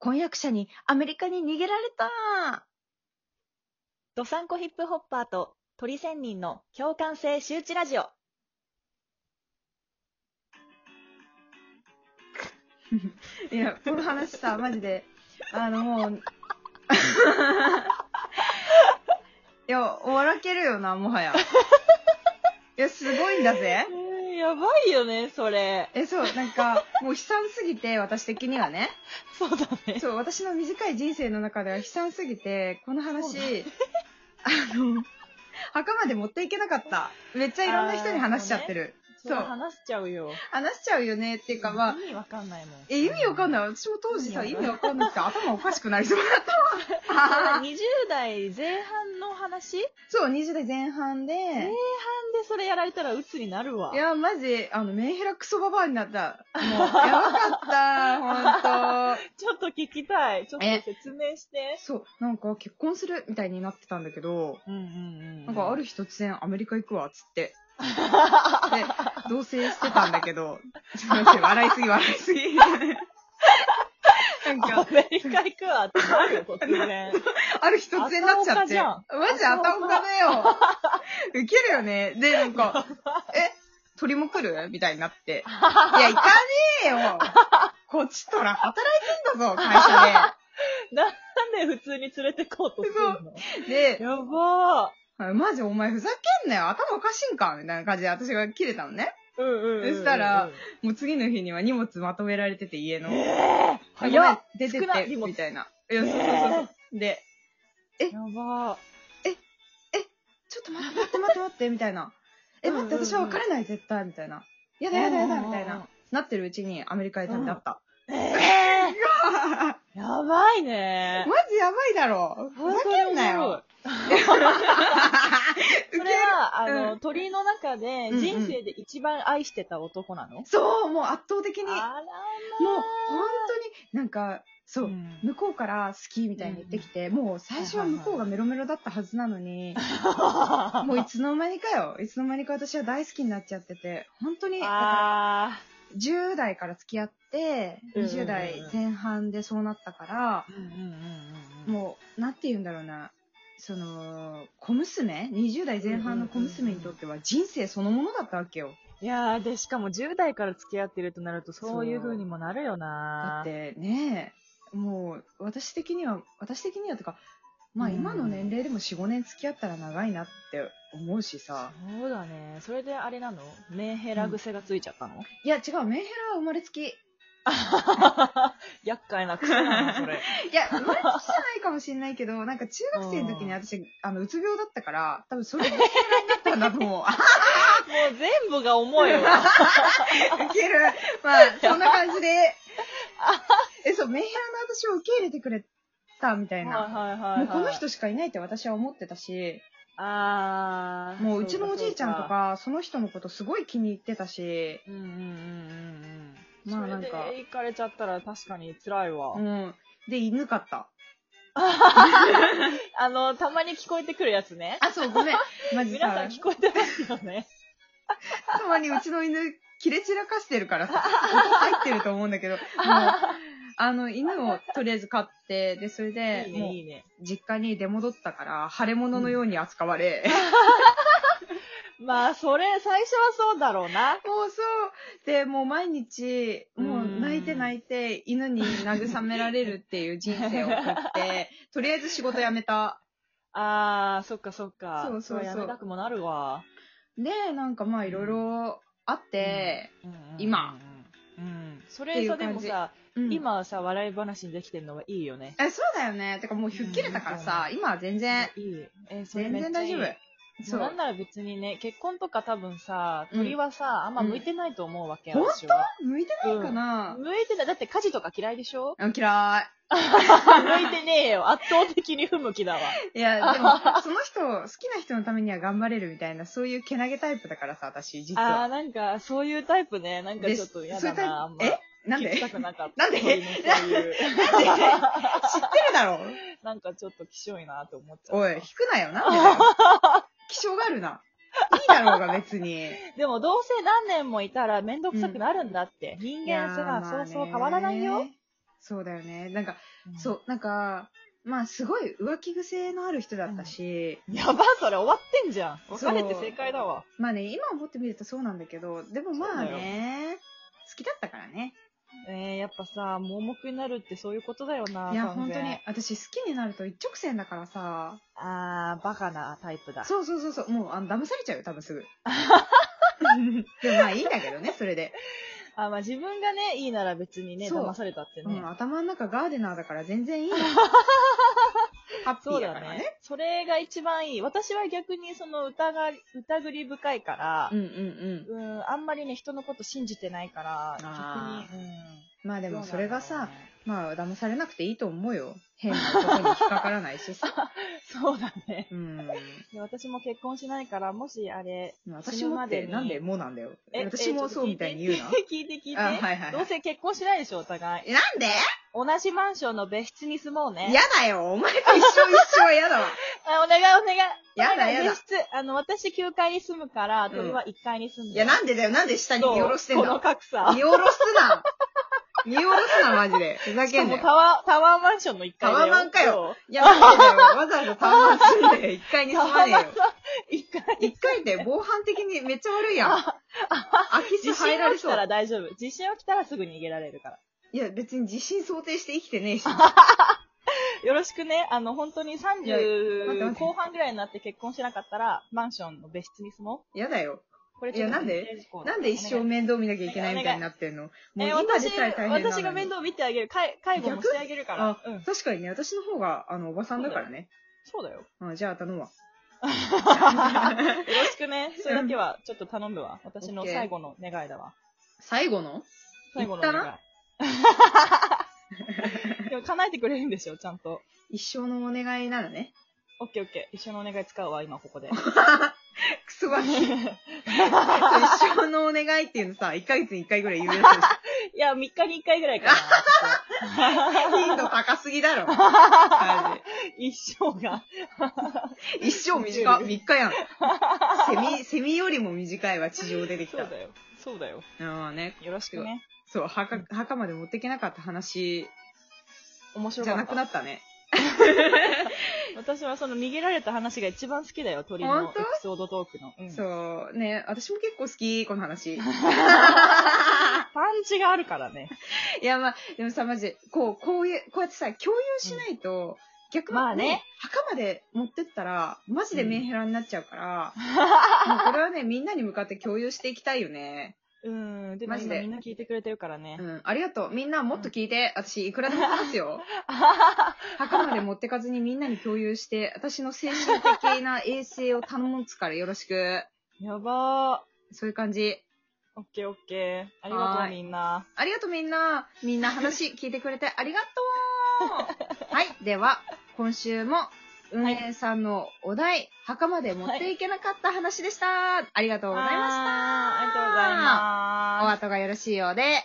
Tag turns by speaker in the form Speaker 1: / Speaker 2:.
Speaker 1: 婚約者にアメリカに逃げられた。
Speaker 2: ドサンコヒップホッパーと鳥仙人の共感性周知ラジオ。
Speaker 1: いや、この話さ、マジで、あの、もう、いや、笑けるよな、もはや。いや、すごいんだぜ。
Speaker 2: やばいよね、それ。
Speaker 1: え、そう、なんか、もう悲惨すぎて、私的にはね。
Speaker 2: そうだね。
Speaker 1: そう、私の短い人生の中では悲惨すぎて、この話、あの、墓まで持っていけなかった。めっちゃいろんな人に話しちゃってる。
Speaker 2: それ
Speaker 1: そう
Speaker 2: 話しちゃうよ。
Speaker 1: 話しちゃうよねっていうか、まあ、
Speaker 2: 意味わかんないもん。。
Speaker 1: え、意味わかんないい。私も当時さ、
Speaker 2: 意
Speaker 1: 意
Speaker 2: 味わかんない
Speaker 1: 味わかんなくて頭おかしくなりそうだった。
Speaker 2: 20代前半の話前
Speaker 1: そう、20代前半で、
Speaker 2: 半でそれやられたら鬱になるわ。
Speaker 1: いや、マジ、あの、メンヘラクソババアになった。もう、 やばかった、ほんと。
Speaker 2: ちょっと聞きたい。ちょっと
Speaker 1: え
Speaker 2: 説明して。
Speaker 1: そう、なんか結婚するみたいになってたんだけど、
Speaker 2: うんうん
Speaker 1: なんかあ
Speaker 2: る。
Speaker 1: る日突然アメリカ行くわ、つ って。で、同棲してたんだけど、ちょっと待って笑いすぎ笑いすぎ。なん
Speaker 2: ア
Speaker 1: か、
Speaker 2: メリカ行くわってなるよ、突 然。
Speaker 1: ある日突然なっちゃって。
Speaker 2: あた
Speaker 1: マジあたおかだよ。ウケるよね。で、なん か、え、鳥も来るみたいになって。いや、行かねえよ。こっちとら働いてんだぞ、会社
Speaker 2: なんで普通に連れてこうとするの
Speaker 1: で。で
Speaker 2: やばー。
Speaker 1: あ、マジお前ふざけんなよ。頭おかしいんかみたいな感じで私が切れたのね。
Speaker 2: うんうんうんうん
Speaker 1: そしたら、もう次の日には荷物まとめられてて家の。
Speaker 2: えぇ
Speaker 1: 早
Speaker 2: 早っ
Speaker 1: 出てっ
Speaker 2: 少ない荷
Speaker 1: て、
Speaker 2: 物
Speaker 1: みたいな。いや、そうそうそうそう。で、
Speaker 2: やば
Speaker 1: ちょっと待って待って待って待って、みたいな。え、待って、
Speaker 2: うんうんうん
Speaker 1: 私は別れない、絶対、みたいな。やだやだやだ、みたいな。。なってるうちにアメリカへ旅立った。
Speaker 2: ええ
Speaker 1: マ
Speaker 2: ー、やばいね。
Speaker 1: ジやばいだろ。ふざけんなよ。
Speaker 2: それは、あ
Speaker 1: うん
Speaker 2: の、鳥の中で
Speaker 1: うんうん
Speaker 2: 人生で一番愛してた男なの、
Speaker 1: そう、もう圧倒的に、もう
Speaker 2: あらま
Speaker 1: 本当になんか、そうう、向こうから好きみたいに言ってきて、もう最初は向こうがメロメロだったはずなのに、もういつの間にかよ、いつの間にか私は大好きになっちゃってて、本当に、だから
Speaker 2: あ
Speaker 1: 10代から付き合って、
Speaker 2: うんうんうん
Speaker 1: 20代前半でそうなったから、
Speaker 2: ー。うんうんうんうんうん
Speaker 1: もう、なんて言うんだろうな、その、小娘 ?20 代前半の小娘にとっては人生そのものだったわけよ。
Speaker 2: いやー、で、しかも10代から付き合ってるとなると、そういう風にもなるよ
Speaker 1: だっ
Speaker 2: な
Speaker 1: てね、もう、私的には、私的にはとか、まあ
Speaker 2: うん
Speaker 1: 今の年齢でも4、5年付き合ったら長いなって思うしさ。
Speaker 2: そうだね。それであれなのメンヘラ癖がついちゃったの、
Speaker 1: いや違う、メンヘラは生まれつき。い
Speaker 2: 厄介な癖なの、それ。
Speaker 1: や、生まれつきじゃないかもしれないけど、なんか中学生の時に私、あの、うつ病だったから、多分それでメンヘラになったんだと思う。
Speaker 2: もう全部が重い わ。
Speaker 1: ウケる。まあ、そんな感じ で。え、そう、メンヘラの私を受け入れてくれたみたいな。
Speaker 2: はいはいはい、は
Speaker 1: も
Speaker 2: いう
Speaker 1: この人しかいないって私は思ってたし、
Speaker 2: あー
Speaker 1: もううちのおじいちゃんと、か、その人のことすごい気に入ってたし、
Speaker 2: そうかそうかうんうんうんうんうん。
Speaker 1: ま
Speaker 2: ま
Speaker 1: あ
Speaker 2: あ
Speaker 1: な
Speaker 2: なんん
Speaker 1: か
Speaker 2: か。それで行かれちゃったら確かに辛いわ。
Speaker 1: うん。で、犬かった。
Speaker 2: あの、たまに聞こえてくるやつね。
Speaker 1: あ、そう、ご めん。マジ
Speaker 2: 皆さ
Speaker 1: さ
Speaker 2: ん、聞こえてますよね。
Speaker 1: たまにうちの犬、切れ散らかしてるからさ、 音入ってると思うんだけど、もう、あの、犬をとりあえず飼って、で、それで、
Speaker 2: いい
Speaker 1: も、
Speaker 2: ね、いういね。
Speaker 1: 実家に出戻ったから、腫れ物のように扱われ、
Speaker 2: まあ、それ、最初はそうだろうな。
Speaker 1: もうそう。で、もう毎日、もう泣いて
Speaker 2: うん
Speaker 1: 泣いて、犬に慰められるっていう人生を送って、とりあえず仕事辞めた。
Speaker 2: あー、そっかそっか。
Speaker 1: そうそうそう
Speaker 2: れやめたくもなるわ。
Speaker 1: で、なんかまあいろいろあって、
Speaker 2: うんうんうんうん
Speaker 1: 今。
Speaker 2: うん。そ
Speaker 1: って
Speaker 2: れ
Speaker 1: いう
Speaker 2: さ、で
Speaker 1: 感
Speaker 2: も
Speaker 1: じ
Speaker 2: さ、
Speaker 1: うん
Speaker 2: 今さ、笑い話にできてるのはいいよね。
Speaker 1: え、そうだよね。てかもう吹っ切れたからさ、今は全然、
Speaker 2: いい。えーそれ
Speaker 1: 全
Speaker 2: めっちゃい
Speaker 1: 然
Speaker 2: い
Speaker 1: 大丈夫。
Speaker 2: そ
Speaker 1: そう
Speaker 2: なん
Speaker 1: う。
Speaker 2: なら別にね、結婚とか多分さ、
Speaker 1: うん
Speaker 2: 鳥はさ、あんま向いてないと思うわけ、
Speaker 1: ほんと
Speaker 2: 私は。
Speaker 1: 向いてないかな、
Speaker 2: 向いてない。だって家事とか嫌いでし ょ
Speaker 1: あ嫌
Speaker 2: 向いてねえよ。圧倒的に不向きだわ。
Speaker 1: い。いや、でも、その人、好きな人のためには頑張れるみたいな、そういうけなげタイプだからさ、私、実
Speaker 2: あー、
Speaker 1: は。
Speaker 2: なんか、そういうタイプね。なんかちょっと嫌だ
Speaker 1: でそういう
Speaker 2: な、あん
Speaker 1: タ
Speaker 2: ま。
Speaker 1: イプえなんで
Speaker 2: 聞きたくなかった。
Speaker 1: なんで
Speaker 2: 鳥のそういう
Speaker 1: 知ってるだろ
Speaker 2: なんかちょっと希少いなと思っちゃった。
Speaker 1: おい、引くな よ、なんでだよ。気性があるな。いいだろうが、別 に。
Speaker 2: でもどうせ何年もいたらめんどくさくなるんだって。人間
Speaker 1: いやーまあ
Speaker 2: さ、
Speaker 1: ね
Speaker 2: そうそう変わらないよ。
Speaker 1: そうだよね。なんか、
Speaker 2: うん
Speaker 1: そう、なんか、まあすごい浮気癖のある人だったし、
Speaker 2: やば、それ終わってんじゃん。
Speaker 1: そう
Speaker 2: 別れて正解だわ。
Speaker 1: まあね、今思ってみるとそうなんだけど、でもまあ
Speaker 2: そうだ
Speaker 1: ね、好きだったからね。
Speaker 2: えー、やっぱさ、盲目になるってそういうことだよな。
Speaker 1: いや、
Speaker 2: 完
Speaker 1: 本当
Speaker 2: 全
Speaker 1: に。、私好きになると一直線だからさ、
Speaker 2: あー、バカなタイプだ。
Speaker 1: そうそうそうそう、もう、あの、騙されちゃうよ、多 分すぐ。でもまあいいんだけどね、それで。
Speaker 2: あ、まあ自分がね、いいなら別にね、
Speaker 1: そう
Speaker 2: 騙されたって
Speaker 1: う
Speaker 2: ね。
Speaker 1: ん、頭の中ガーデナーだから 全然いいの。ハッピ
Speaker 2: そう
Speaker 1: ーだ
Speaker 2: だ
Speaker 1: から
Speaker 2: ね
Speaker 1: ね。。
Speaker 2: それが一番いい。私は逆にその疑り、疑り深いから、
Speaker 1: うんうんう
Speaker 2: う
Speaker 1: ん。
Speaker 2: ん、あんまりね、人のこと信じてないから、
Speaker 1: あー
Speaker 2: 逆に、うん。
Speaker 1: まあでもそれがさ、
Speaker 2: そ
Speaker 1: まあ騙されなくていいと思うよ。変な男に引っかからないしさ。
Speaker 2: うだね。
Speaker 1: うん。
Speaker 2: で私も結婚しないから、もしあれ、
Speaker 1: 私もっ
Speaker 2: 死ぬまで
Speaker 1: て、
Speaker 2: に
Speaker 1: なんでもうなんだよ。
Speaker 2: え
Speaker 1: 私もそうみたいに言うな。
Speaker 2: 聞いて聞いて。
Speaker 1: あ、はいはい
Speaker 2: ど
Speaker 1: は
Speaker 2: う
Speaker 1: い。
Speaker 2: せ結婚しないでしょ、お互い。
Speaker 1: え なんで
Speaker 2: 同じマンションの別室に住もうね。
Speaker 1: 嫌だよ。お前と一緒一緒は嫌だわ。
Speaker 2: あお願いお願い。
Speaker 1: やだ
Speaker 2: お願い
Speaker 1: やだ
Speaker 2: 別室。あの、私9階に住むから、鳥は1階に住んで。
Speaker 1: いや、なんでだよ。なんで下に
Speaker 2: そう
Speaker 1: 見下ろしてん
Speaker 2: この
Speaker 1: だ。
Speaker 2: 格差。
Speaker 1: 見下ろすな。見下ろすな、マジで。ふざ
Speaker 2: し
Speaker 1: け
Speaker 2: か
Speaker 1: んな
Speaker 2: も
Speaker 1: よ
Speaker 2: タ。ワー、タワーマンションの1階だよ。
Speaker 1: タワマンかよ
Speaker 2: そ
Speaker 1: いや、なんでだよ。わざわざタワーマン住んで、一階に住まねえよ。
Speaker 2: う。1階。
Speaker 1: 一階って防犯的にめっちゃ悪い やん。空き
Speaker 2: 地
Speaker 1: 巣入ら
Speaker 2: 震
Speaker 1: れ
Speaker 2: 起き
Speaker 1: そう
Speaker 2: た。ら大丈夫。地震起きたらすぐ逃げられるから。
Speaker 1: いや、別に地震想定して生きてねえし。
Speaker 2: よろしくね。あの、本当に
Speaker 1: いや待って待っ
Speaker 2: 30
Speaker 1: て
Speaker 2: 後半ぐらいになって結婚しなかったら、マンションの別室に住も
Speaker 1: やだよ。
Speaker 2: う。これ
Speaker 1: いや、なんでなんで一生
Speaker 2: 目
Speaker 1: 面倒見なきゃいけないみたいになってんのもう今でさえ大変なのに。
Speaker 2: 私が面倒見てあげる。介介護もしてあげるから
Speaker 1: あ。
Speaker 2: うん。
Speaker 1: 確かにね、私の方が、あの、おばさんだからね。
Speaker 2: そう だよ。よ
Speaker 1: うん、じゃあ頼 むわ。
Speaker 2: ろしくね。それだけは、ちょっと頼むわ。私の
Speaker 1: OK
Speaker 2: 最後の願いだわ。
Speaker 1: 最後の
Speaker 2: 最後の
Speaker 1: 言った
Speaker 2: 願い。 でも叶えてくれるんでしょ、ちゃんと。
Speaker 1: 一生のお願いならね。
Speaker 2: オッケーオッケー。一緒のお願い使うわ、今こ こで。
Speaker 1: クソガキ。一生のお願いっていうのさ、1ヶ月に1回ぐらい言うやつでし
Speaker 2: いや、3日に1回ぐら いかな。
Speaker 1: ょ。頻度高すぎだろ。マ
Speaker 2: 一生が。
Speaker 1: ジで一生短。3日やん。セミ、セミよりも短いわ、地上出てき
Speaker 2: そう
Speaker 1: た。
Speaker 2: だよ。そうだよ。
Speaker 1: ああね。
Speaker 2: よろしくね。
Speaker 1: そう、墓、墓まで持っていけなかった話
Speaker 2: 面白
Speaker 1: じ
Speaker 2: か
Speaker 1: ゃ
Speaker 2: った。
Speaker 1: なくなったね。
Speaker 2: 私はその逃げられた話が一番好きだよ、鳥のエ
Speaker 1: 本
Speaker 2: ピ
Speaker 1: 当
Speaker 2: ソードトークの。うん
Speaker 1: そう、ね、私も結構好き、この話。
Speaker 2: パンチがあるからね。
Speaker 1: いや、まあ、でもさ、マジで、こう、こういう、こうやってさ、共有しないと、逆に、
Speaker 2: まあね
Speaker 1: 墓まで持ってったら、マジでメンヘラになっちゃう から、もうこれはね、みんなに向かって共有していきたいよね。
Speaker 2: うん。でも
Speaker 1: マジ
Speaker 2: 今
Speaker 1: で
Speaker 2: みんな聞いてくれてるからね
Speaker 1: う。ん、ありがとう。みんなもっと聞いて、私、いくらでも話すよ。墓まで持ってかずにみんなに共有して、私の精神的な衛生を頼むつからよろしく。
Speaker 2: やば
Speaker 1: そういう感じ。
Speaker 2: ー。オッケーオッケー。ありがと
Speaker 1: は
Speaker 2: う
Speaker 1: ーい
Speaker 2: みんな。
Speaker 1: ありがとうみんな。みんな話聞いてくれてありがとう。はい。では、今週も、運営さんのお題、墓まで持っていけなかった話でした。ありがとうございました。
Speaker 2: あーありがとうございます。
Speaker 1: お後がよろしいようで。